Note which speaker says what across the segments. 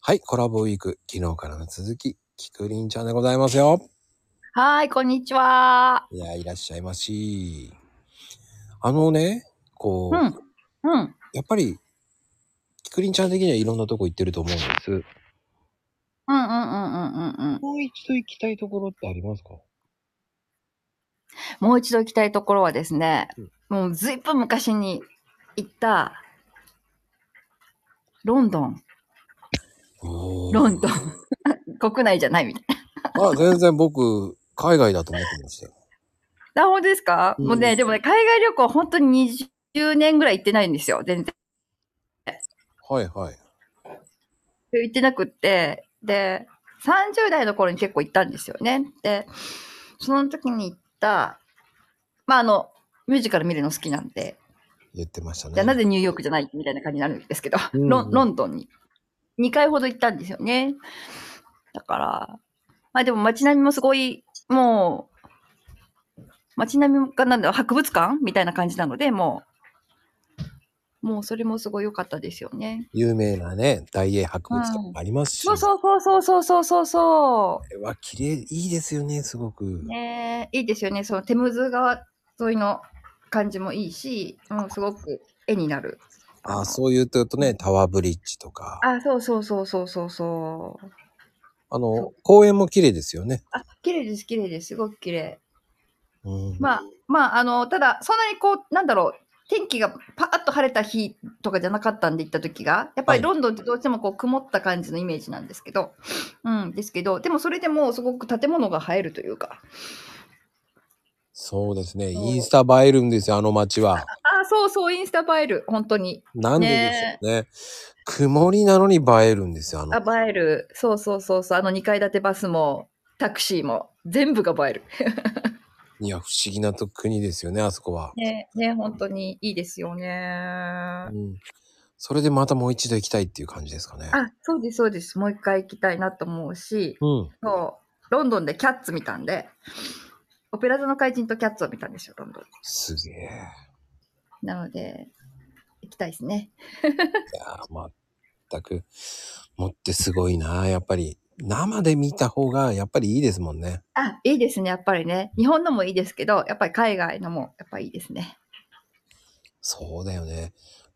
Speaker 1: はい、コラボウィーク、昨日からの続き、キクリンちゃんでございますよ。
Speaker 2: はーい、こんにちは。
Speaker 1: いや、いらっしゃいまし。あのね、こう、
Speaker 2: うん。うん。
Speaker 1: やっぱり、キクリンちゃん的にはいろんなとこ行ってると思うんです。
Speaker 2: うんうんうんうんうんうん。
Speaker 1: もう一度行きたいところってありますか
Speaker 2: もう一度行きたいところはですね
Speaker 1: うん、
Speaker 2: もうずいぶん昔に行った、ロンドン。
Speaker 1: おー
Speaker 2: ロンドン。 国内じゃないみたい
Speaker 1: あ、全然僕、海外だと思ってましたよ。
Speaker 2: な。あ、本当ですか、
Speaker 1: うん
Speaker 2: もうね、でもね、海外旅行本当に20年ぐらい行ってないんですよ。全然
Speaker 1: はいはい。
Speaker 2: 行ってなくって。で、30代の頃に結構行ったんですよね。で、その時に行った、まああの、ミュージカル見るの好きなんで、
Speaker 1: 言ってましたね。
Speaker 2: じゃあなぜニューヨークじゃないみたいな感じになるんですけど、
Speaker 1: うん
Speaker 2: ロンロンドンに2回ほど行ったんですよね。だから、まあでも街並みもすごい、もう、街並みがなんだろう、博物館みたいな感じなので、もう、もうそれもすごい良かったですよね。
Speaker 1: 有名なね、大英博物館もありますし。
Speaker 2: そうそうそうそうそうそうそ
Speaker 1: あれは綺麗、いいですよね、すごく
Speaker 2: う。。ねえいいですよね。そのテムズ川沿いの感じもいいし、うん、すごく絵になる。
Speaker 1: あ、そういうととね、タワーブリッジとか。
Speaker 2: あ、そうそうそうそうそうそう。
Speaker 1: あの、公園も綺麗ですよね。
Speaker 2: あ、綺麗です、綺麗です。すごく綺麗。
Speaker 1: うん、
Speaker 2: まあ、まあ、あの、ただ、そんなにこう、なんだろう、天気がパーッと晴れた日とかじゃなかったんで行った時が、やっぱ
Speaker 1: はい
Speaker 2: りロンドンってどうしてもこう曇った感じのイメージなんですけど、うん、ですけど、でもそれでもすごく建物が映えるというか、
Speaker 1: そうですね。
Speaker 2: そう
Speaker 1: インスタ映えるんですよ、あの街 は。
Speaker 2: あ、そうそう、インスタ映える、本当に。
Speaker 1: なんでですよね。曇りなのに映えるんですよ、あの。
Speaker 2: あ、映える、そうそうそうそう、あの2階建てバスも、タクシーも、全部が映える。
Speaker 1: いや、不思議なと国ですよね、あそこは。
Speaker 2: ね、ね、本当にいいですよね
Speaker 1: う。ん。それでまたもう一度行きたいっていう感じですかね。
Speaker 2: あ、そうです、そうです。もう一回行きたいなと思うし、
Speaker 1: うん。
Speaker 2: そう、ロンドンでキャッツ見たんで、オペラ座の怪人とキャッツを見たんですよ、ロンドン。
Speaker 1: すげえ。い
Speaker 2: なので、行きたいですね。
Speaker 1: やー、まったく、持ってすごいな、やっぱり。生で見た方が、やっぱりいいですもんね。
Speaker 2: あ、いいですね、やっぱりね。日本のもいいですけど、やっぱり海外のも、やっぱいいですね。
Speaker 1: そうだよね。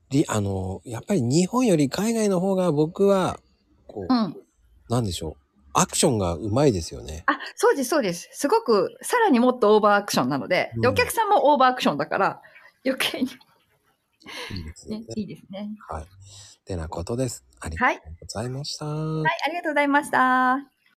Speaker 1: り、あの、やっぱり日本より海外の方が僕は、こう、
Speaker 2: うん。あ、
Speaker 1: なんでしょう。アクションがうまいですよね。
Speaker 2: そうです、そうです。すごく、さらにもっとオーバーアクションなので、で
Speaker 1: うん
Speaker 2: お客さんもオーバーアクションだから、余計に、
Speaker 1: いいですよね、
Speaker 2: ねいいですね。
Speaker 1: はい。てなことです。ありが
Speaker 2: はい。
Speaker 1: とうございました。
Speaker 2: はい、ありがとうございました。